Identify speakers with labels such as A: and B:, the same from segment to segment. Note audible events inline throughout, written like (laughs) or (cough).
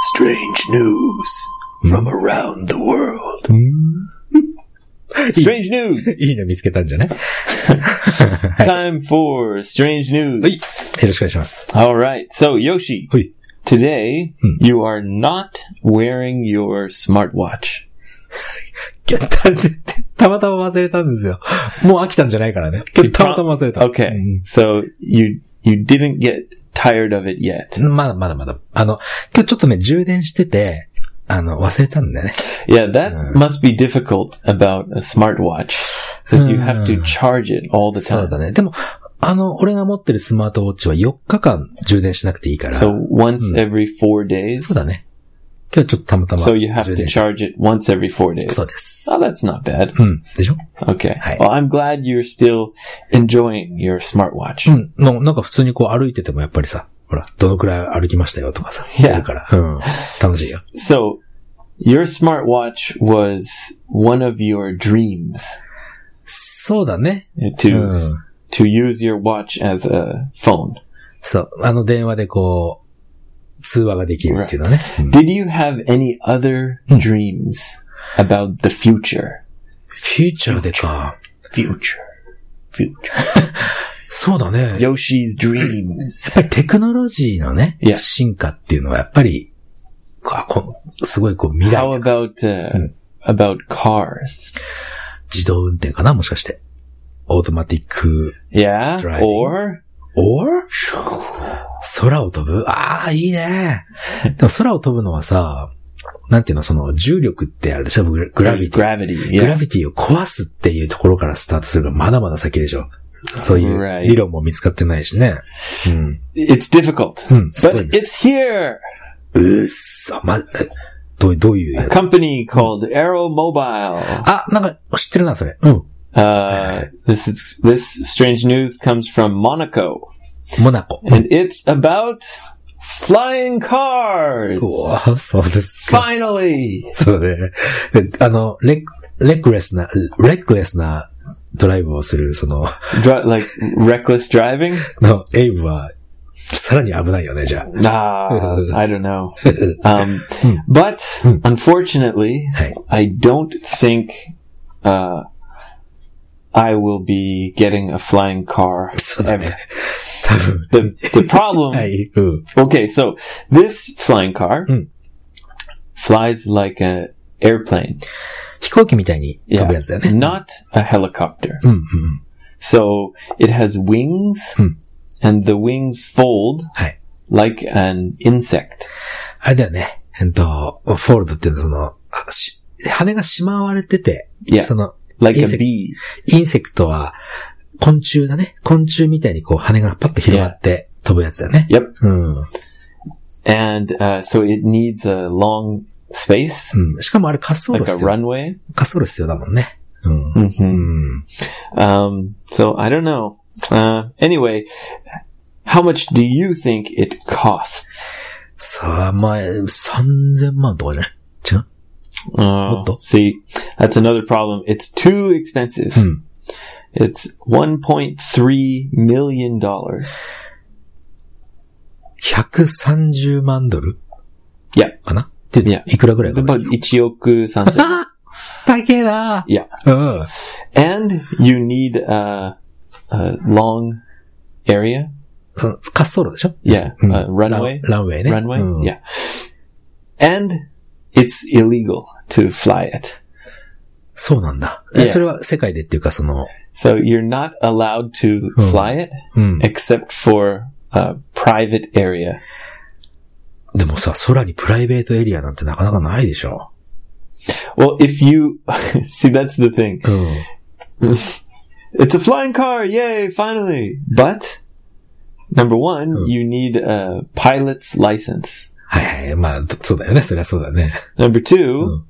A: strange news from around the world. (laughs)
B: strange
A: news!
B: (laughs) いいの見つけたんじゃないは
A: Time for strange
B: い。よ
A: news.
B: ろしくお願いします。
A: Alright, so Yoshi,
B: はい。
A: today
B: Hmm.
A: you are not wearing your smartwatch.
B: いやたたまたま忘れたんですよ。もう飽きたんじゃないからね。今日たまたま忘れた。
A: Okay, so you, you didn't get tired of it yet.
B: うんまだまだまだ。あの、今日ちょっとね、充電してて、あの、忘れたんだよね。
A: Yeah, that must be difficult about a smartwatch. Because you have to charge it all the
B: そう
A: time.
B: だね。でも、あの、俺が持ってるスマートウォッチは4日間充電しなくていいから。
A: So once every four days.
B: そうだね。今日ちょっとたまたま
A: So you have
B: 充
A: to
B: 電し
A: charge it once every four days.
B: そうです。
A: Oh, that's not bad. (laughs)
B: うん。でしょ
A: Okay.
B: Hi.
A: Well, I'm glad you're still enjoying your smartwatch.
B: うん。もうなんか普通にこう歩いててもやっぱりさ、ほら、どのくらい歩きましたよとかさ、
A: いや
B: やるから。うん。楽しいよ。
A: So, your smartwatch was one of your dreams
B: そうだね。
A: to
B: Hmm.
A: to use your watch as a phone.
B: そう。あの電話でこう、通話ができるっていうのはね。うん
A: Did you have any other dreams about the future?
B: フューチャーでか。
A: Future. Future.
B: そうだね。
A: Yoshi's dreams.
B: やっぱりテクノロジーのね
A: いや、
B: 進化っていうのはやっぱり、あこうすごいこう未
A: (laughs) How
B: 来、
A: about uh, about cars?
B: 自動運転かなもしかして。オートマティック、
A: Yeah,
B: Driving.
A: or
B: or? 空を飛ぶああ、いいね。でも空を飛ぶのはさ、なんていうの、その重力ってあれでしょグラビティ。
A: gravity.
B: グラ
A: Yeah.
B: ビティを壊すっていうところからスタートするがまだまだ先でしょ。そうい
A: Right.
B: う理論も見つかってないしね。うん。
A: It's difficult,
B: うん、すごい
A: but
B: ね。
A: it's here.
B: うっそ、ま、えどう、どういうや
A: A
B: つ
A: company called Aero Mobile.
B: あ、なんか知ってるな、それ。うん。
A: Uh, this is this strange news comes from Monaco,
B: モナコ。
A: and it's about flying cars.
B: うわぁ、そうですか。
A: Finally,
B: そうね。であの、レック、レックレスな、レックレスなドライブをする、その、
A: Dri like reckless driving.
B: の、エイブは、さらに危ないよね、じゃ
A: Ah, I don't know.
B: あ。
A: Um, but unfortunately,
B: Hey.
A: I don't think uh, I will be getting a flying car
B: そうだ
A: ever.
B: ね。多分。
A: The the problem
B: (laughs) はい。うん。
A: Okay, so this flying car
B: Mm.
A: flies like a airplane.
B: 飛行機みたいに飛ぶやつだよね。
A: Not a helicopter.
B: うん、うんうん。
A: So it has wings
B: Mm.
A: and the wings fold
B: はい。
A: like an insect.
B: あれだよね。えっと、フォールドっていうのはその、あし羽がしまわれてて、
A: Yeah.
B: その、
A: Like a
B: Insect.
A: bee.
B: インセクトは、昆虫だね。昆虫みたいにこう羽がパッと広がって飛ぶやつだよね。
A: Yep.
B: うん。
A: And uh, so it needs a long space,
B: うん。しかもあれ滑走路
A: like a
B: 必要。滑
A: runway.
B: 走路必要だもんね。うん。
A: hmm
B: うん。
A: Um, so I don't know. Uh, anyway, how much do you think it costs?
B: さあ、まあ、3000万とかじゃない違う
A: Oh,
B: What the-
A: see, that's another problem. It's too expensive.
B: Hmm.
A: It's one point three million dollars.
B: 130万ドル
A: いや。
B: かなって、
A: いや
B: いくらぐらいかな
A: About ichioku something.
B: (laughs) あ高えな
A: Yeah,
B: うん。
A: and you need a, a long area.
B: その、滑走路でしょ
A: Yeah,
B: うん
A: uh, runway.
B: ランランウェイね。
A: Runway.
B: うん
A: Yeah, and it's illegal to fly it.
B: そうなんだ。え
A: Yeah.
B: それは世界でっていうか、その、
A: So you're not allowed to
B: Hmm.
A: fly it
B: うん。
A: except for a private area.
B: でもさ、空にプライベートエリアなんてなかなかないでしょ
A: Well, if you (laughs) see, that's the thing.
B: うん。
A: It's a flying car! Yay! Finally! But, number one, you need a pilot's license.
B: はいはい。まあ、どそうだよね。そりゃそうだね。
A: Number two,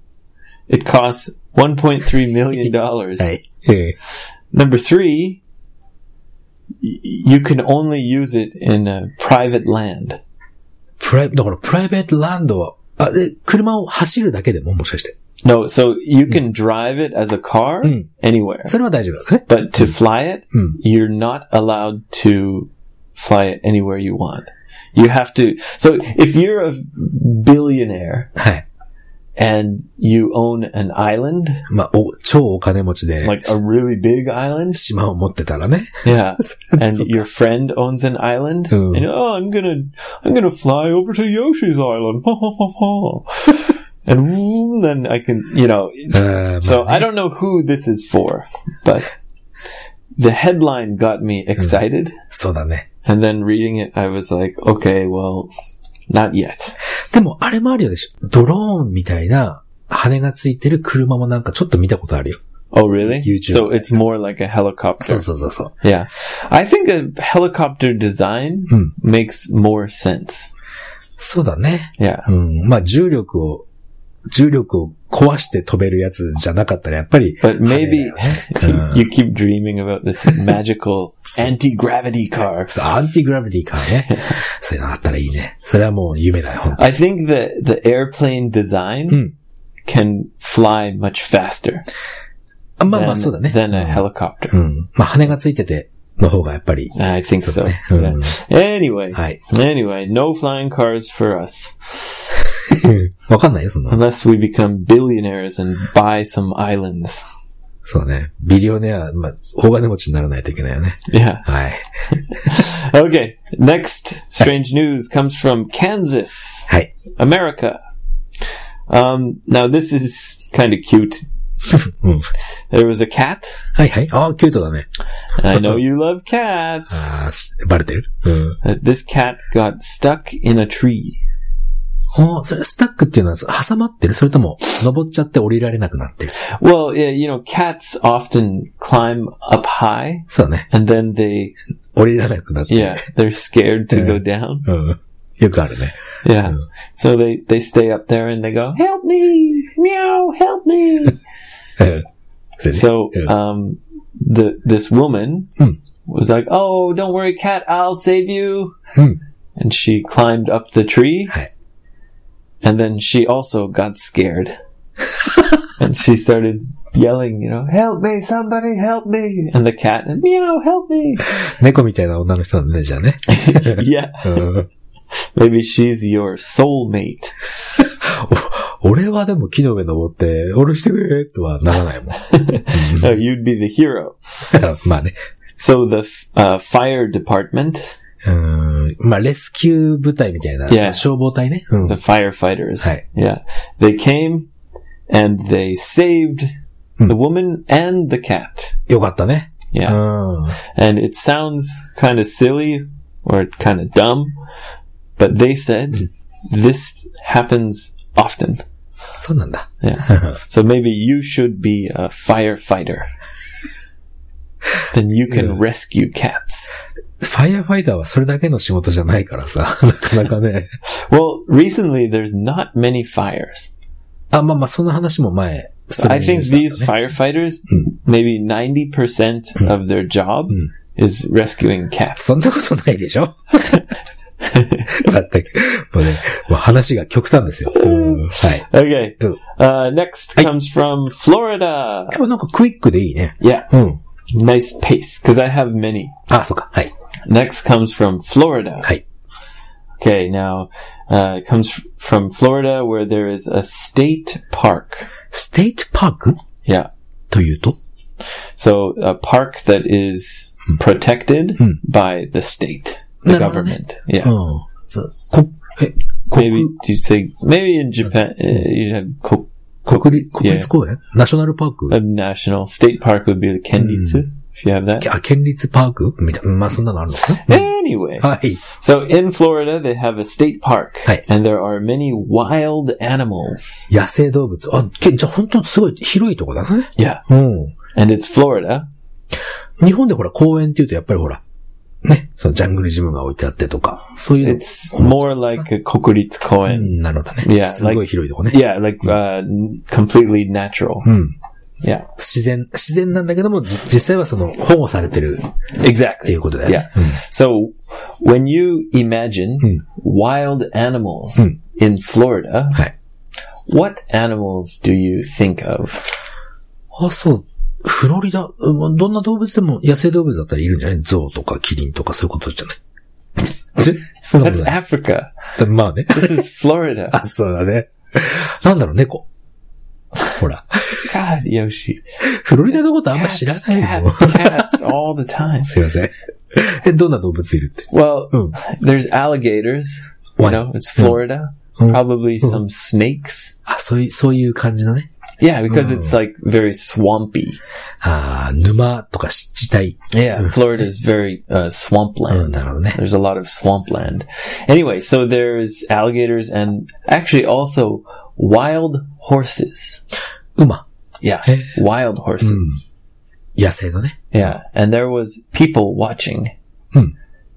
A: it costs $1.3 million. dollars.
B: い。え
A: number three, y- you can only use it in a private land.
B: プライ、だからプライベートランドは、あ、で、車を走るだけでももしかして。
A: No, so you can drive it as a car
B: Mm.
A: anywhere.
B: それは大丈夫だね。
A: But to fly it,
B: Mm.
A: you're not allowed to fly it anywhere you want. You have to. So if you're a billionaire
B: はい。
A: and you own an island,
B: まあ、お、超お金持ちで、
A: like a really big island,
B: 島を持ってたら (laughs) ね。
A: yeah,
B: そ
A: and
B: う
A: your friend owns an island,
B: Oh.
A: and oh, I'm gonna, I'm gonna fly over to Yoshi's island, (laughs) ha ha ha ha, and woo, then I can, you know.
B: あー
A: So
B: まあ
A: I
B: ね
A: don't know who this is for, but the headline got me excited,
B: そうだね。
A: and then reading it, I was like, okay, well, not yet.
B: でも、あれもあるよね。ドローンみたいな羽がついてる車もなんかちょっと見たことあるよ。
A: Oh, really?
B: YouTube.
A: So it's more like a
B: そ
A: helicopter.
B: うそうそうそう。
A: Yeah. I think a helicopter design
B: Hmm.
A: makes more sense.
B: そうだね。
A: Yeah.
B: うん。まあ、重力を、重力を壊して飛べるやつじゃなかったら、やっぱり、
A: But maybe
B: Uh.
A: (laughs) you keep dreaming about
B: (laughs)
A: this magical anti gravity car.
B: そうアンティグラビティ
A: (laughs)
B: カーね。そういうのあったらいいね。それはもう夢だよ、本当
A: I think that the airplane design
B: Hmm.
A: can fly much faster
B: あまあまあ、そうだ
A: than, than
B: ね。
A: a helicopter.
B: うん。まあ、羽がついてて、の方がやっぱり、
A: I think so.
B: Hmm.
A: Yeah. Anyway,
B: はい。
A: anyway, no flying cars for us
B: わかんないよ、そんな。
A: unless we become billionaires and buy some islands. (laughs)
B: そうだね。ビリオネア、まあ、大金持ちにならないといけないよね。
A: Yeah.
B: はい。
A: Okay, next strange news comes from Kansas,
B: はい。 (laughs)
A: America. Um, now this is kind of cute.
B: うん。
A: There was a cat.
B: はいはい。ああ、キュートだね。
A: I know you love cats.
B: ああ、しバレてるうん。
A: Uh, this cat got stuck in a tree.
B: おーそれ、スタックっていうのは挟まってるそれとも、登っちゃって降りられなくなってる
A: Well, yeah, you know, cats often climb up high
B: そうだね。
A: and then they,
B: 降りられなくなってる。 (laughs)
A: yeah, they're scared to
B: Yeah.
A: go down.
B: うん。よくあるね。
A: Yeah. So they, they stay up there and they go, help me, meow, help me.
B: うん。それね
A: So
B: Yeah.
A: um, the this woman
B: Hmm.
A: was like, "Oh, don't worry, cat. I'll save you."
B: Hmm.
A: And she climbed up the tree,
B: Hi.
A: and then she also got
B: (laughs)
A: scared, and she started yelling, "You know, help me, somebody, help me!" And the cat, "Meow, help
B: (laughs)
A: me!"
B: 猫みたいな女の人なんだね、じゃあね。
A: yeah,
B: うん。 (laughs)
A: maybe she's your soulmate. (laughs)
B: 俺はでも木の上登って、降ろしてくれとはならないもん。 (laughs)
A: Oh, you'd be the hero.
B: まあね。
A: So the f- uh, fire department,
B: うん。まあ、レスキュー部隊みたいな、
A: Yeah.
B: その消防隊ね。うん。
A: the firefighters.
B: Right.
A: Yeah. They came and they saved
B: Hmm.
A: the woman and the cat.
B: よかったね。う
A: Yeah.
B: ん。
A: And it sounds kind of silly or kind of dumb, but they said
B: Hmm.
A: this happens often.
B: そうなんだ。 (laughs)
A: Yeah. so maybe you should be a firefighter. then you can
B: Yeah.
A: rescue cats.
B: ファイアファイターはそれだけの仕事じゃないからさ、 (laughs) なかなかね。
A: Well, recently there's not many fires.
B: あ、まあまあ、その話も前、ストレ
A: I
B: ンジニュ
A: think
B: ースだったね
A: these firefighters,
B: Mm.
A: maybe 90% of their job
B: Mm.
A: is rescuing cats.
B: そんなことないでしょまったく。もうね、もう話が極端ですよ。うんはい。
A: Okay.
B: Mm.
A: Uh, next comes from Florida.
B: 今日なんかクイックでいいね。
A: Yeah,
B: うん。
A: nice pace, because I have many.
B: あ、そうか。はい。
A: Next comes from Florida.
B: はい。
A: Okay, now, uh, it comes f- from Florida where there is a state park.
B: ステートパーク
A: Yeah.
B: というと
A: So a park that is protected
B: Mm.
A: by the state, the
B: No, Oh. no, no.
A: government. Yeah.
B: うん。そうこ、え、
A: Maybe
B: 国、
A: do you say maybe in Japan uh, you have ko-
B: 国立、国立公園ナショナルパーク
A: a national state park would be the Kenjutsu if you have that.
B: あ、県立パークみたいな。まあ、そんなのあるのか
A: Anyway,
B: なはい。
A: so in Florida they have a state park
B: Hi.
A: and there are many wild animals.
B: 野生動物。あ、けじゃあ本当にすごい広いとこだね。
A: Yeah,
B: うん。
A: and it's Florida.
B: 日本でほら公園って言うとやっぱりほら、ね、そのジャングルジムが置いてあってとか、そういうの。
A: It's more like a kokuritsu
B: う
A: koen.
B: ん、なるほどね。
A: Yeah,
B: すごい広いとこね。
A: Yeah, like uh, n- completely natural.
B: うん。
A: Yeah,
B: 自然、自然なんだけども、じ実際はその保護されてるっ
A: exactly.
B: ていうことだよね。
A: So when you imagine wild animals in Florida,
B: うん。はい。
A: What animals do you think of?
B: あ、そう。フロリダ、うんどんな動物でも野生動物だったらいるんじゃない象とかキリンとかそういうことじゃないぜそんなこ
A: That's
B: とない
A: Africa.
B: だまあね。
A: This is Florida.
B: (laughs) あ、そうだね。なんだろう、猫。ほら。
A: God, Yoshi.
B: フロリダのことあんま
A: Cats,
B: 知らないもん
A: cats,。cats all the time.
B: すいません。え、どんな動物いるって。
A: Well,
B: うん。
A: there's alligators. You
B: Hmm. Why?
A: know, it's Florida.
B: Mm.
A: Probably some snakes.
B: あ、そういう、そういう感じのね。
A: Yeah, because
B: Mm.
A: it's like very swampy.
B: あー沼とか湿地帯。
A: Yeah, Florida is very uh,
B: うん、
A: swampland.
B: なるほどね。
A: There's a lot of swampland. Anyway, so there's alligators and actually also wild horses.
B: 馬。
A: Yeah,
B: Eh.
A: wild horses.
B: 野生のね。
A: Yeah, and there was people watching,
B: Hmm.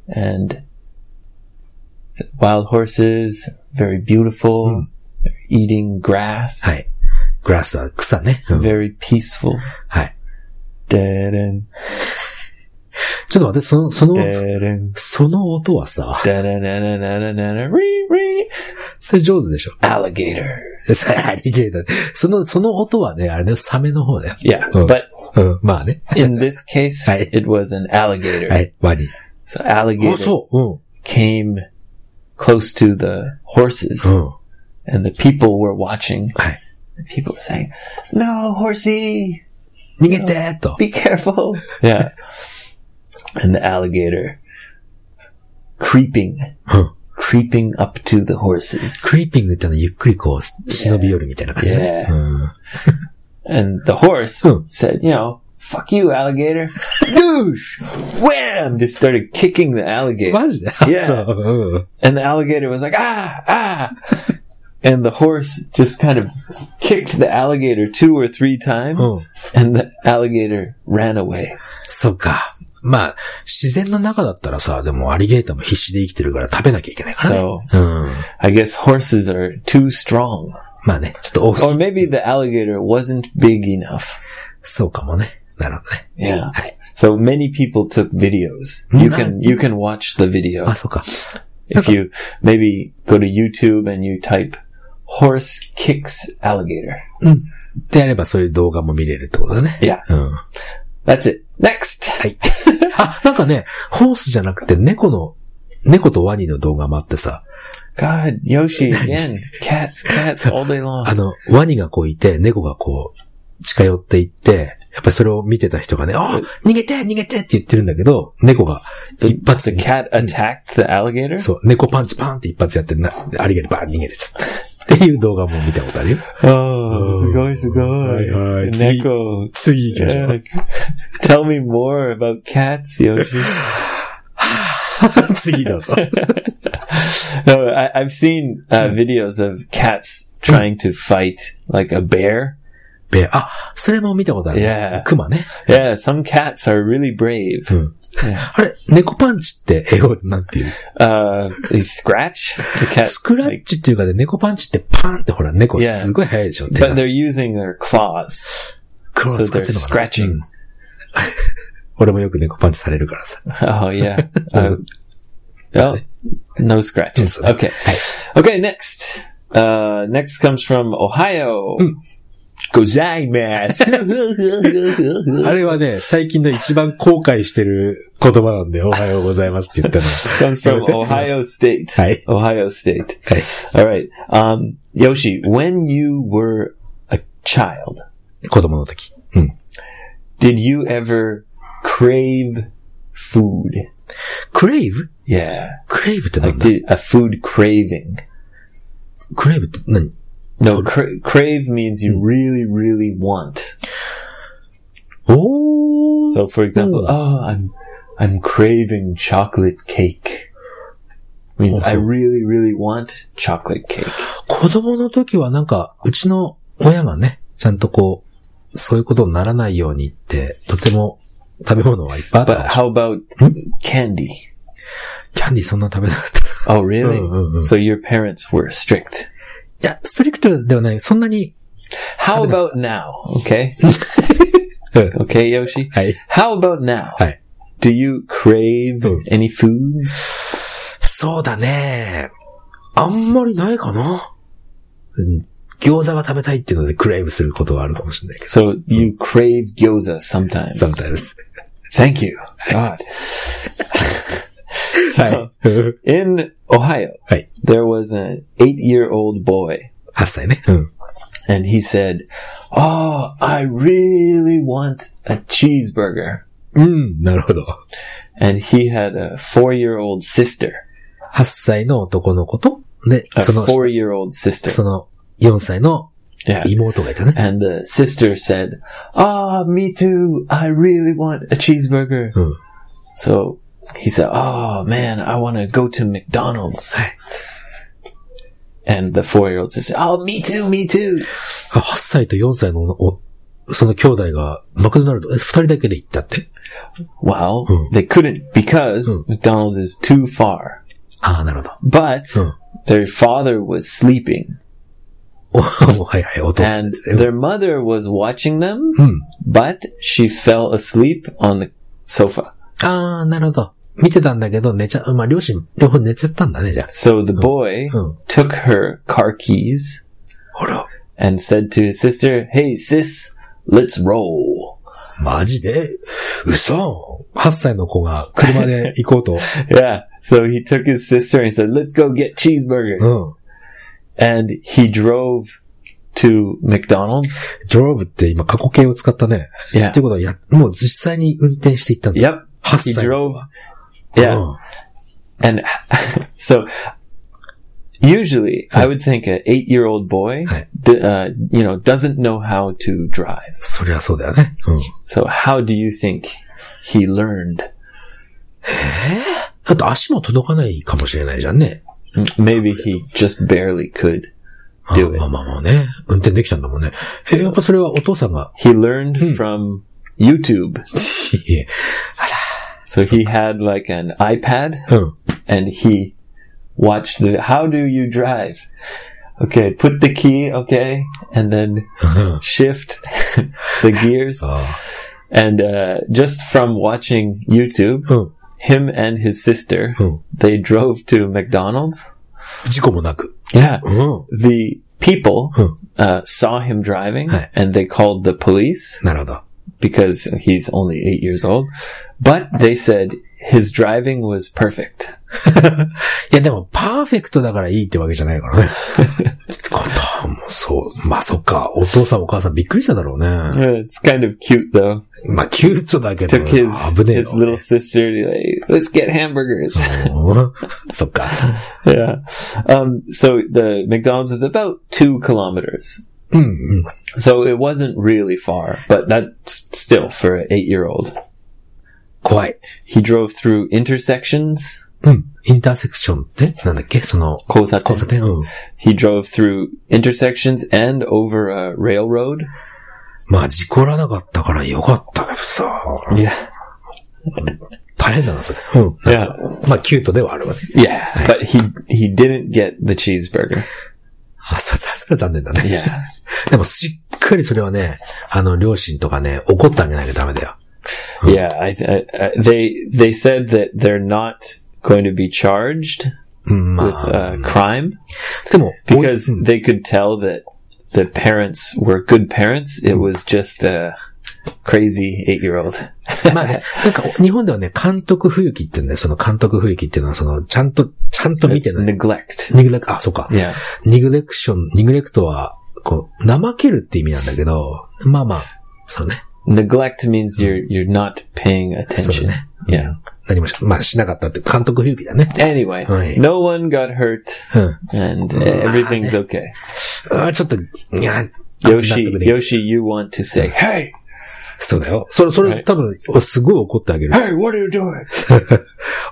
A: and wild horses, very beautiful, eating grass,
B: はい。グラスは草ね。うん、
A: very peaceful.
B: はい。
A: Da-dun,
B: ちょっと待って、その、その、
A: da-dun,
B: その音はさ、 (laughs)
A: da-dun-dun-dun-dun-dun, ree, ree.
B: それ上手でしょ。 (laughs)
A: Alligator.
B: それアリゲーター。その、その音はね、あれね、サメの方だよ。
A: Yeah,
B: Oh.
A: but
B: うん、まあね。
A: in this case,
B: Right.
A: it was an
B: は
A: alligator.
B: い、ワニ。
A: So alligator
B: そう。うん。
A: came close to the horses,
B: うん。
A: and the people were watching.
B: はい。
A: people were saying, "No, horsey,
B: 逃げてーと。
A: be careful." Yeah, and the alligator creeping,
B: うん。
A: creeping up to the horses,
B: クリーピングってのはゆっくりこう、忍び寄るみたいな感じだね。
A: Yeah.
B: うん。
A: and the horse
B: Hmm.
A: said, "You know." Fuck you, alligator! Douche! Wham! Just started kicking the alligator,
B: マジで
A: Yeah.
B: そう。
A: and the alligator was like, "Ah, ah!" and the horse just kind of kicked the alligator two or three times,
B: Hmm.
A: and the alligator ran away.
B: そうか。まあ、自然の中だったらさ、でもアリゲーターも必死で生きてるから食べなきゃいけないからね。
A: So
B: うん。
A: I guess horses are too strong.
B: まあね、ちょっと大きい。
A: Or maybe the alligator wasn't big enough.
B: そうかもね。なるほどね。
A: Yeah.
B: はい。
A: So many people took videos. You can
B: Mm.
A: you can watch the video
B: あ、そうか。
A: if you maybe go to YouTube and you type horse kicks alligator.
B: であればそういう動画も見れるってことだね。
A: Yeah.
B: うん。
A: That's it. Next.
B: はい。あ、なんかね、ホースじゃなくて猫の、猫とワニの動画もあってさ、
A: God, (laughs) Yoshi again. cats, cats all day long.
B: あの、ワニがこういて、猫がこう、近寄っていって、やっぱりそれを見てた人がね、あ逃げて逃げてって言ってるんだけど、猫が一発
A: The cat attacked the alligator.
B: そう、猫パンチパーンって一発やってな、アリゲーターバーン逃げてっちゃった。っていう動画も見たことあるよ。
A: Oh, sugoi, sugoi.
B: Hi, hi.
A: Neko.
B: 次行きましょう。
A: Yeah. (laughs) Tell me more about cats, Yoshi.
B: (laughs) 次どうぞ。
A: No, I, I've seen uh, videos of cats trying to fight like a bear.
B: ベア、あ、それも見たことある。
A: Yeah.
B: クマね。
A: Yeah, some cats are really brave.
B: うん。あれ、猫パンチって英語でなんていう
A: Uh, they scratch the cat,
B: スクラッ
A: like,
B: チっていうかね、猫パンチってパーンってほら、猫
A: Yeah.
B: すごい速いでしょ。
A: but
B: で、
A: they're using their claws.
B: クロ
A: So
B: ス使っ
A: they're
B: てるのかな
A: scratching.
B: うん (laughs) 俺もよく猫パンチされるからさ。
A: Oh yeah. Uh, oh, no scratches.
B: Mm.
A: Okay. Okay. Next. Uh, next comes from Ohio. Gozaimasu.
B: あれはね、最近の一番後悔してる言葉なんで、おはようございますって言ったの。
A: (laughs) (laughs) comes from Ohio State.
B: Hi.
A: Ohio State.
B: Hi.
A: All right. Um, Yoshi, when you were a child,
B: 子供の時。うん。
A: did you ever crave food?
B: クレイブ
A: Yeah.
B: クレイブってなん
A: Like
B: だ
A: did, a food craving.
B: クレイブって何
A: No, cra- crave means you really, really want.
B: おー。
A: So for example,
B: Mm.
A: oh, I'm, I'm craving chocolate cake. Means I
B: Also-
A: really, really want chocolate cake.
B: 子供の時はなんか、うちの親がね、ちゃんとこう、そういうことにならないようにって、とても食べ物はいっぱいあったの
A: But how about candy?
B: キャンディーそんな食べなかった。い
A: Oh, really?
B: Mm, mm, mm.
A: So your parents were strict.
B: や、ストリクトではない。そんなに。
A: How about now? Okay.
B: うん
A: Okay, Yoshi.
B: はい。
A: How about now?
B: はい。
A: Do you crave
B: Mm.
A: any foods?
B: そうだね。あんまりないかな。うん餃子が食べたいっていうのでクレイブすることはあるかもしれないけど。
A: So you crave gyoza sometimes.
B: サムタイムス。
A: Thank you. God. (laughs) So,
B: い。8 (laughs)
A: in Ohio,
B: Right.
A: there was an eight year old boy,
B: 歳ね。うん。
A: and he said, Oh, I really want a cheeseburger.
B: うん、なるほど。
A: And he had a four year old sister.
B: 8歳の男の子と、で、
A: A
B: その、
A: four year old sister.
B: その4歳の
A: Yeah.
B: 妹がいたね。
A: And the sister said, Ah, me too. I really want a cheeseburger.
B: うん。
A: So he said, Oh man, I want to go to McDonald's.
B: Hey.
A: And the four year old says, Oh, me too, me too.
B: あ8歳と4歳のお、その兄弟が、マクドナルド、え、2人だけで行ったって。
A: Well,
B: Hmm.
A: they couldn't because
B: Hmm.
A: McDonald's is too far.
B: ああ、なるほど。 (laughs)
A: But
B: Hmm.
A: their father was sleeping
B: お、はいはい、お父さん
A: and
B: ですね。
A: their mother was watching them,
B: うん。
A: but she fell asleep on the sofa.
B: ああ、なるほど。見てたんだけど、寝ちゃ、まあ、両親、両方寝ちゃったんだね、じゃ
A: So the boy
B: Hmm.
A: took her car keys
B: あ。ほら。
A: and said to his sister, Hey, sis, let's roll.
B: マジで嘘 ?8 歳の子が車で行こう (laughs) と。
A: Yeah. So he took his sister and he said, Let's go get
B: う
A: cheeseburgers.
B: ん。
A: And he drove to McDonald's.
B: ドローブって今過去形を使ったね。
A: Yeah.
B: ってことはや、もう実際に運転していったんだ。
A: Yep.
B: 8
A: He
B: 歳。
A: drove.
B: う
A: Yeah.
B: ん
A: And (laughs) so usually I would think an eight year old boy,
B: Hi.
A: d- uh, you know, doesn't know how to drive.
B: そりゃそうだよね。うん。
A: So how do you think he learned?
B: あと足も届かないかもしれないじゃんね。
A: Maybe he just barely could.
B: まあ
A: Do it.
B: まあまあまあね。運転できたんだもんね。え、やっぱそれはお父さんが、
A: He learned from YouTube.
B: いえ
A: So he had like an iPad
B: うん。
A: and he watched the how do you drive? Okay, put the key, okay, and then shift (laughs) the gears.
B: さあ。
A: And uh, just from watching YouTube,
B: うん。
A: him and his sister,
B: うん。
A: they drove to McDonald's.
B: 事故もなく。
A: Yeah.
B: うん。
A: The people
B: Hmm.
A: uh, saw him driving
B: Hi.
A: and they called the police
B: なるほど。
A: because he's only eight years old. But they said his driving was perfect.
B: いやでも、パーフェクトだからいいってわけじゃないから (laughs) ね。こともそう。まあそっか。お父さんお母さんびっくりしただろうね。
A: Yeah, Uh, It's kind of cute though.
B: まあキュートだけど
A: Took his
B: 危ねえ
A: his
B: よね
A: little sister to like, let's get hamburgers. (laughs)
B: うんそっか。
A: yeah. Um, so the McDonald's is about two kilometers.
B: うんうん。
A: So it wasn't really far, but that's still for an eight year old.
B: 怖い。
A: He drove through intersections.
B: うん。インターセクションってなんだっけその、
A: 交差点.
B: 交差点うん。
A: He drove through intersections and over a railroad.
B: まあ事故らなかったからよかったけどさ。
A: Yeah.
B: 大変だな、それ。うん。
A: Yeah.
B: まあキュートではあるわね。
A: Yeah. But he he didn't get the cheeseburger.
B: あ、そ、そ、それは残念だね。
A: Yeah.
B: でもしっかりそれはね、あの、両親とかね、怒ってあげなきゃダメだよ。
A: Yeah, I, I, I, they they said that they're not going to be charged
B: うん、ま
A: with
B: あ。
A: uh, crime
B: でも、
A: because
B: おいうん
A: they could tell that the parents were good parents. It was just a crazy eight-year-old.
B: まあね、なんか、日本ではね、監督不行きっていうんだよ。その監督不行きっていうのは、その、ちゃんと、ちゃんと見
A: It's
B: てない。
A: neglect.
B: ニグレク、あ、そうか。
A: Yeah,
B: ニグレクション、ニグレクトは、こう、怠けるって意味なんだけど、まあまあ、そうね。
A: neglect means you're you're not paying
B: そう
A: attention.
B: ね。
A: Yeah.
B: 何もし、まあしなかったって、監督不行きだね。
A: Anyway,
B: Right.
A: no one got hurt,
B: うん。
A: and uh, everything's okay.
B: あーちょっと、いや、
A: Yoshi,
B: 納得できない
A: Yoshi, you want to say, "Hey,
B: そうだよ。それ、そ
A: は
B: れ、
A: い
B: 多分、おすごい怒ってあげる。
A: hey, what are you doing?"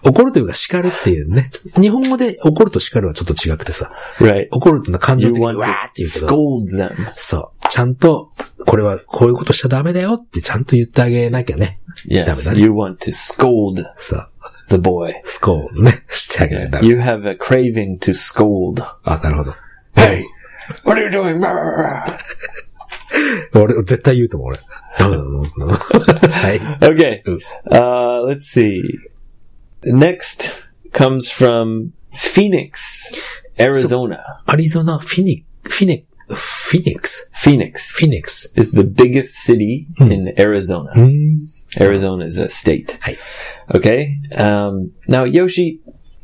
B: 怒るというか叱るっていうね。日本語で怒ると叱るはちょっと違くてさ。
A: Right.
B: 怒るっていうのは感
A: You
B: 情的にわ
A: want
B: ーって言
A: to
B: うけど。
A: scold them.
B: そう。ちゃんと、これはこういうことしちゃダメだよってちゃんと言ってあげなきゃね。
A: Yes,
B: ダメだね。
A: you want to scold
B: さあ、
A: the boy.
B: スコールね、してあげないとダメ。
A: You have a craving to scold.
B: あ、なるほど。
A: Hey, what are you doing? Rah, rah, rah.
B: 俺、絶対言うと思う、俺。ダメだもうそんなの (laughs) はい。
A: Okay, uh, let's see. Next comes from Phoenix, Arizona.
B: アリゾナ、フィニ、フィネ、フィニックス
A: Phoenix
B: フィニックス。
A: is the biggest city in Arizona.
B: うーん。
A: Arizona is a state.
B: Hi.
A: Okay. Um, now, Yoshi,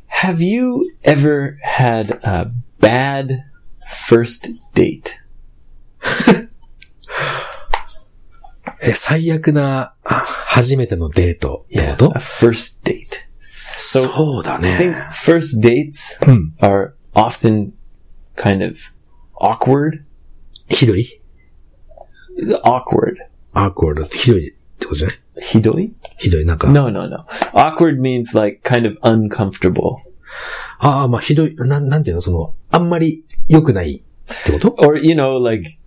A: have you ever had a bad first date?
B: え、最悪な、あ初めてのデートってこと
A: a first date. そう
B: そうだ
A: I think
B: ね。
A: first dates
B: Hmm.
A: are often kind of awkward.
B: ひどい
A: Awkward.
B: アーコールってひどいってことじゃない
A: Hidoi?
B: ひどい、なんか。
A: No, no, no. Awkward means like kind of uncomfortable.
B: ああ、まあひどい、なん、なんていうの、その、あんまり良くないってこと
A: or you know, like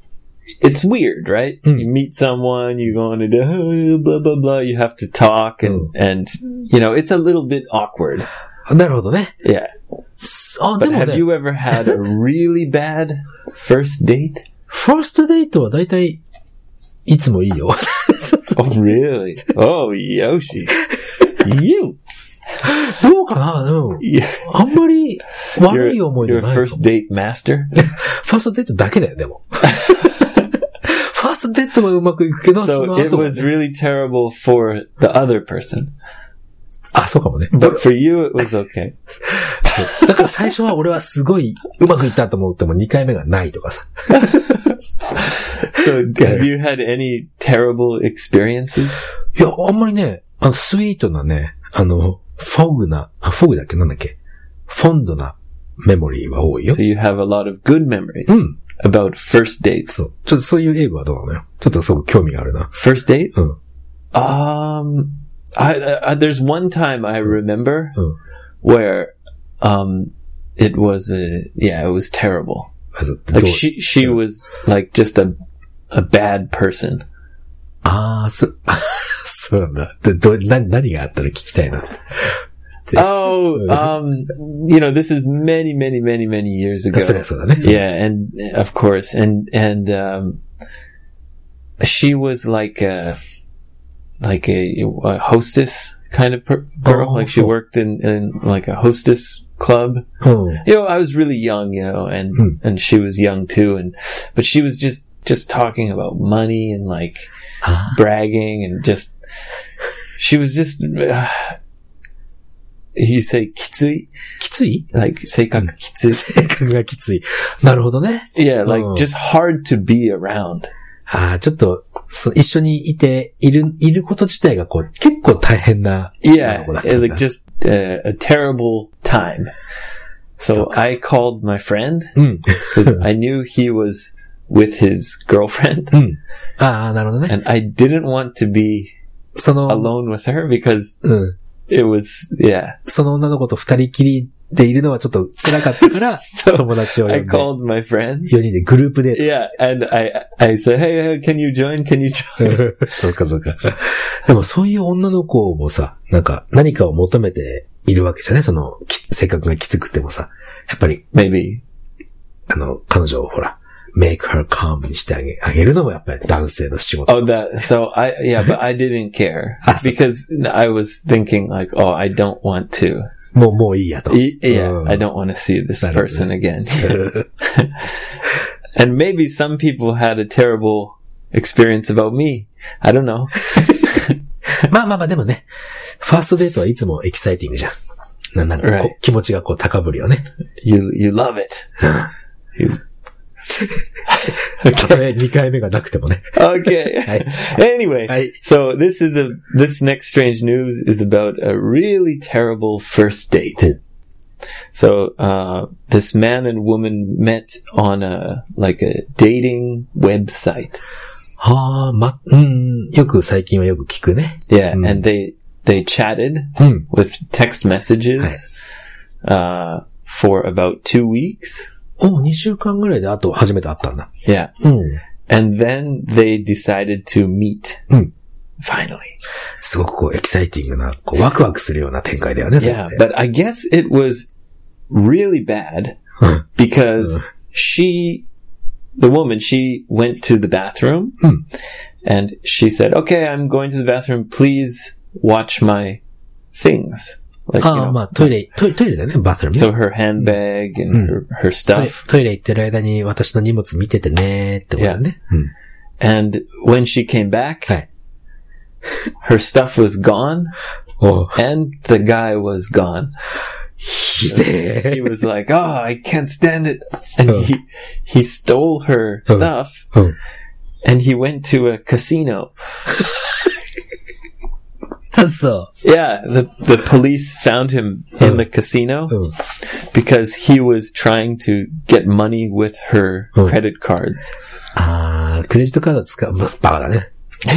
A: it's weird, right?
B: Mm.
A: You meet someone, you go on a date, "Oh, (laughs) blah blah blah. You have to talk, and and you know, it's a little bit awkward.
B: あなるほどね。
A: Yeah,
B: あ、で
A: but
B: も
A: have
B: ね、
A: you ever had (laughs) a really bad first date?
B: ファーストデートは大体、いつもいい
A: (laughs)
B: よ。
A: Oh, really? Oh, Yoshi, you,
B: どうかなでも、
A: you're,
B: あんまり悪い思い
A: you're
B: の
A: a
B: ない。ファ
A: first date (laughs) master.
B: ーストデートだけだよ、
A: (laughs)
B: でも。ファーストデートはうまくいくけど、そ
A: So
B: の
A: it
B: 後は
A: was really terrible for the other person,
B: あ、そうかもね。
A: but for you, it was okay.
B: だから最初は俺はすごいうまくいったと思っても2回目がないとかさ。
A: (laughs) So have you had any terrible experiences?
B: いや、あんまりね、あの、スイートなね、あの、フォグな、あ、フォグだっけなんだっけフォンドなメモリーは多いよ
A: So。you have a lot of good memories
B: Mm.
A: about first dates.
B: そう。ちょっとそういうエイブはどうなのよ。ちょっとすごく興味があるな。
A: First date?
B: Mm.
A: Um, I, I, there's one time I remember
B: Mm.
A: where, um, it was a, yeah, it was terrible.
B: あそうどう
A: Like she, she was like just a, a bad person.
B: あー、そ、 (laughs) そうなんだ。で、ど、な、何があったら聞きたいな。
A: Oh, um, you know, this is many, many, many, many years ago.
B: そりゃそうだね。
A: yeah and of course and and um she was like a like a, a hostess kind of per- girl
B: Oh,
A: like she
B: cool.
A: worked in in like a hostess club
B: うん。
A: you know i was really young you know and
B: Hmm.
A: and she was young too and but she was just just talking about money and like
B: あ
A: bragging and just she was just (sighs) uh, you say kitsui
B: ーきつい
A: like
B: Hmm.
A: seikaku kitsui
B: 性格がきつい。なるほどね。
A: Yeah, like
B: Oh.
A: just hard to be around.
B: ああ、ちょっと、そ一緒にいて、いる、いること自体がこう、結構大変な。
A: Yeah,
B: 女の子だった
A: it-
B: ん
A: like
B: だ
A: just uh, a terrible time. So I called my friend
B: うん。
A: because I knew he was with his girlfriend, (laughs)
B: うん。ああ、なるほどね。
A: and I didn't want to be
B: その、
A: alone with her because
B: うん。
A: it was yeah. (laughs)
B: その女の子と二人きりでいるのはちょっと辛かった (laughs) から、
A: So
B: 友達を呼
A: I
B: んで、
A: called my friend.
B: 4人でグループで。
A: Yeah, and I I said, hey, uh, can you join? Can you join?
B: (laughs) そうかそうか。でもそういう女の子もさ、なんか何かを求めているわけじゃないその、き性格がきつくてもさ、やっぱり、
A: Maybe.
B: あの、彼女をほら、make her calm にしてあげあげるのもやっぱり男性の仕事。
A: Oh, that. So I yeah, but I didn't care
B: Ah, so-
A: because I was thinking like, oh, I don't want to.
B: もう、もういいやと。
A: Y- Yeah,
B: Oh.
A: I don't want to see this
B: That is
A: person
B: (laughs)
A: again. (laughs) and maybe some people had a terrible experience about me. I don't know.
B: まあまあまあでもね、ファーストデートはいつもエキサイティングじゃん。ななんかこう
A: Right.
B: 気持ちがこう高ぶるよね。
A: You you love it. You-
B: たとえ2回目がなくてもね。
A: okay. (laughs) anyway,
B: (laughs) I-
A: so this is a this next strange news is about a really terrible first date.
B: Cool. Hmm.
A: So uh, this man and woman met on a like a dating website.
B: はあ、ま、うん、よく最近はよく聞くね。
A: Yeah, and they they chatted
B: Hmm.
A: with text messages uh, for about two weeks.
B: お2週間ぐらいであと初めて会ったんだ。
A: Yeah,
B: うん。
A: and then they decided to meet.
B: Mm.
A: Finally,
B: すごくこうエキサイティングな、こうワクワクするような展開だよね。それ
A: yeah,
B: って
A: but I guess it was really bad because she, the woman, she went to the bathroom
B: Mm.
A: and she said, "Okay, I'm going to the bathroom. Please watch my things." Like,
B: ああ、まあトイレ、トイレ、トイレだよね、バトルね。
A: so her handbag and her, her
B: トイ
A: stuff.
B: トイレ行ってる間に私の荷物見ててねーってことだね。うん。
A: And when she came back,
B: Hi.
A: (laughs) Her stuff was gone,
B: おう
A: and the guy was gone.
B: ひで
A: He
B: (laughs)
A: was like, "Oh, I can't stand it," and
B: Oh.
A: he he stole her
B: Oh.
A: stuff,
B: え。うん。
A: and he went to a casino.
B: あそ
A: Yeah, the the police found him in
B: Oh.
A: the casino
B: う。うん。
A: because he was trying to get money with her
B: Oh.
A: credit cards.
B: あー、クレジットカード使う、まあ、バカだね。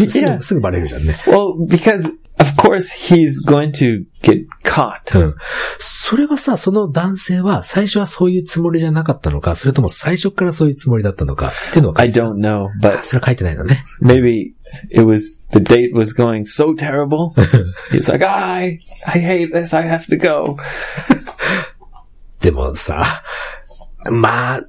B: す
A: Yeah.
B: ぐ、すぐバレるじゃんね。
A: Well, because of course he's going to get caught.
B: うん。それはさ、その男性は最初はそういうつもりじゃなかったのか、それとも最初からそういうつもりだったのか、っていうのは書
A: I
B: いてない
A: don't know,
B: あ
A: but
B: それは書いてないのね。
A: maybe it was the date was going so terrible. he was like, ah, I, I hate this. I have to go.
B: でもさ、まあ、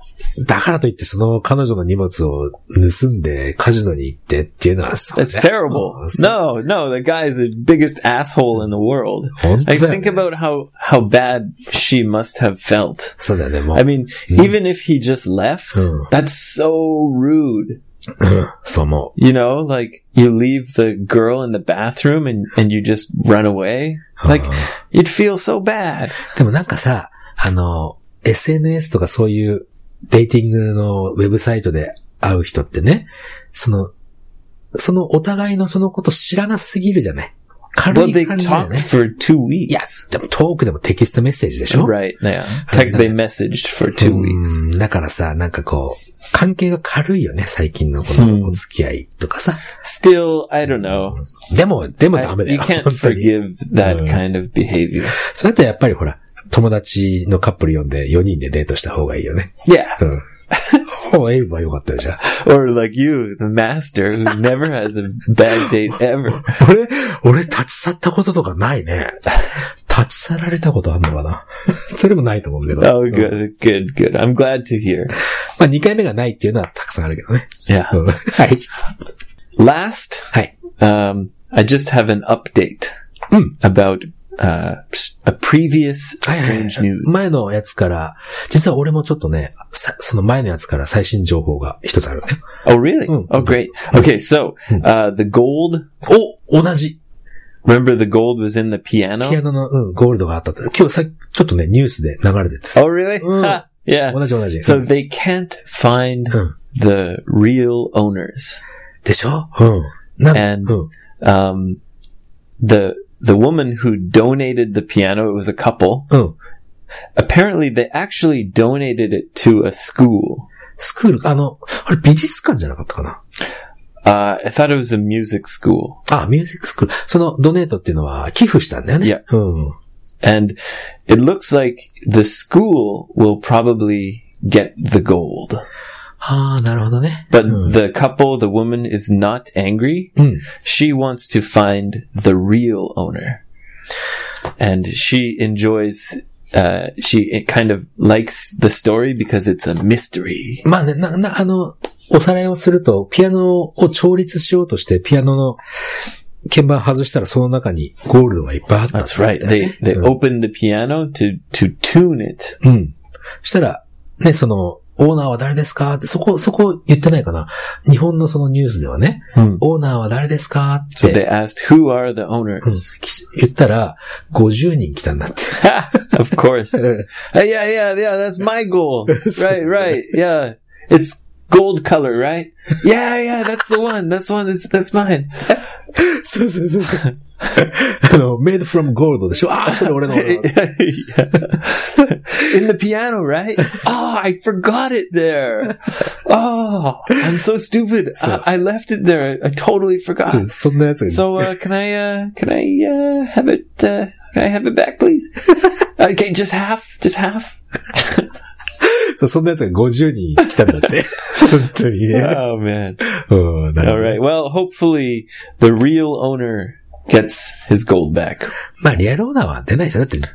B: だからといってその彼女の荷物を盗んでカジノに行ってっていうのはさ、
A: That's
B: う
A: terrible.
B: んそう
A: No, no, the guy is the biggest asshole in the world.
B: 本当
A: I
B: だよ
A: think
B: ね、
A: about how how bad she must have felt.
B: そうだよね、もう。
A: I mean, even if he just left,
B: Mm.
A: that's so rude.
B: うんそう思う。
A: You know, like you leave the girl in the bathroom and, and you just run away. Like it feels so bad.
B: でもなんかさ、あの、SNS とかそういうデイティングのウェブサイトで会う人ってね、その、そのお互いのそのこと知らなすぎるじゃない。軽
A: Well,
B: い
A: they
B: 感じだよ
A: talked
B: ね。
A: for two
B: いや
A: weeks.、
B: でもトークでもテキストメッセージでしょ
A: Right. Yeah. Hmm. Tech, they messaged for two
B: うん
A: weeks.
B: だからさ、なんかこう、関係が軽いよね、最近のこのお付き合いとかさ。
A: Still, I don't know.
B: でも、でも
A: I-
B: ダメだ
A: you
B: よ。
A: can't
B: 本当に
A: forgive that
B: Mm.
A: kind of behavior.
B: それだとやっぱりほら、友達のカップル呼んで4人でデートした方がいいよね。
A: Yeah.
B: うん。ほう、エイブはよかったよ、じゃあ。
A: Or like you, the master (laughs) who never has a bad date ever.
B: 俺、俺立ち去ったこととかないね。立ち去られたことあんのかなそれもないと思うけど。
A: Oh,
B: うん
A: good, good, good. I'm glad to hear.
B: まあ2回目がないっていうのはたくさんあるけどね。
A: Yeah.
B: うんはい。
A: Last,
B: はい。
A: Um, I just have an update
B: Mm.
A: about uh, s- a previous strange news.
B: 前のやつから、実は俺もちょっとね、さその前のやつから最新情報が一つあるね。
A: Oh, really?
B: Mm.
A: Oh, great. Okay, so uh, the gold.
B: お同じ
A: Remember, the gold was in the piano.
B: ピアノの、うん、ゴールドがあったって。今日さ、ちょっとね、ニュースで流れててさ。
A: Oh, really?
B: Mm.
A: Ha, yeah.
B: 同じ同じ。
A: So they can't find
B: Mm.
A: the real owners.
B: でしょうん。なんか
A: And-
B: うん。
A: Um, the the woman who donated the piano, it was a couple.
B: うん。
A: Apparently, they actually donated it to a school.
B: スクール、あの、あれ美術館じゃなかったかな
A: Uh, I thought it was a music school.
B: あ、ミュージックスクール。そのドネートっていうのは寄付したんだよね。
A: いや
B: うん。
A: And it looks like the school will probably get the gold.
B: ああ、なるほどね。
A: But the couple, the woman, is not angry.
B: Mm.
A: She wants to find the real owner. And she enjoys, uh, she it kind of likes the story because it's a mystery.
B: まあね、な、な、あの、おさらいをすると、ピアノを調律しようとして、ピアノの鍵盤外したらその中にゴールドがいっぱいあったんだよ
A: That's
B: ね、
A: right. They, they
B: うん
A: open the piano to, to tune it.
B: うん。そしたら、ね、その、オーナーは誰ですかって、そこ、そこ言ってないかな。日本のそのニュースではね、
A: うん
B: オーナーは誰ですかっ
A: So
B: て
A: they asked, who are the (laughs) owners?
B: 言ったら、50人来たんだって。
A: (laughs) of course. Hey, yeah, yeah, yeah. (laughs) That's my goal. right, right. Yeah, it's gold color, right? (laughs) Yeah, yeah. That's the one. That's one. That's that's mine.
B: そうそうそうそう。あの、made from gold でしょああ、それ
A: (laughs)
B: 俺の。俺の
A: In the piano, (laughs) right? Oh, I forgot it there. Oh, I'm (laughs) so Hmm. stupid. I, I left it there. I, I totally
B: うん
A: forgot.
B: そんなやつが。
A: So uh, can I uh, can I uh, have it? Uh, can I have it back, (laughs) please? okay, just half. Just half.
B: そうそんなやつが50人来たんだって。本当にね。
A: Oh man.
B: うん、なる
A: All
B: ほど
A: right. Well, hopefully the real owner gets his gold back,
B: まあ、リアルオーナーは出ないじゃん。だって、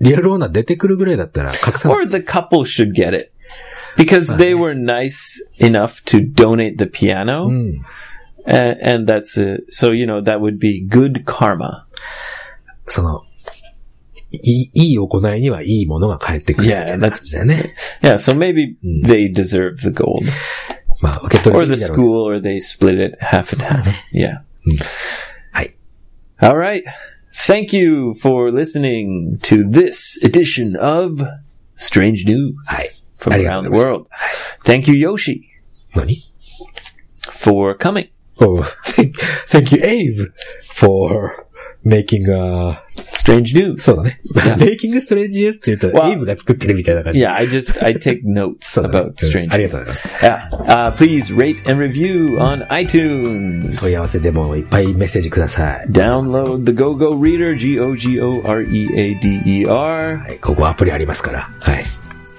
B: リアルオーナー出てくるぐらいだったら隠さない。
A: or the couple should get it because they were nice enough to donate the
B: う
A: piano,
B: ん。
A: and, and that's a, so you know that would be good karma.
B: その、いい、いい行いにはいいものが返ってくるみたい
A: Yeah,
B: な
A: that's-
B: 感じだよね。
A: Yeah. So maybe
B: Mm.
A: they deserve the gold,
B: まあ、受け取
A: or
B: るべ
A: the
B: きだろ
A: school, or
B: うね
A: they split it half and half. Yeah.
B: Hi.
A: All right. Thank you for listening to this edition of Strange News
B: はい。
A: from
B: ありが
A: around
B: とう
A: the
B: ございま
A: world. Thank you, Yoshi,
B: す。何
A: for coming.
B: Oh, thank, thank you, Abe, for making a,
A: Strange News.
B: そうだね。making strange news って言うと、
A: Well-
B: Abe が作ってるみたいな感じ。
A: Yeah, I just I take notes
B: そうだね。
A: about
B: うん
A: strange.
B: ありがとうございます。
A: Yeah. Uh, please rate and review on iTunes.
B: 問い合わせでもいっぱいメッセージください。
A: Download the GoGo Reader, G O G O R E A D E R,
B: はい、ここアプリありますから。はい。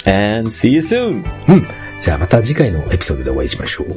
A: and see you soon.
B: うん。じゃあまた次回のエピソードでお会いしましょう。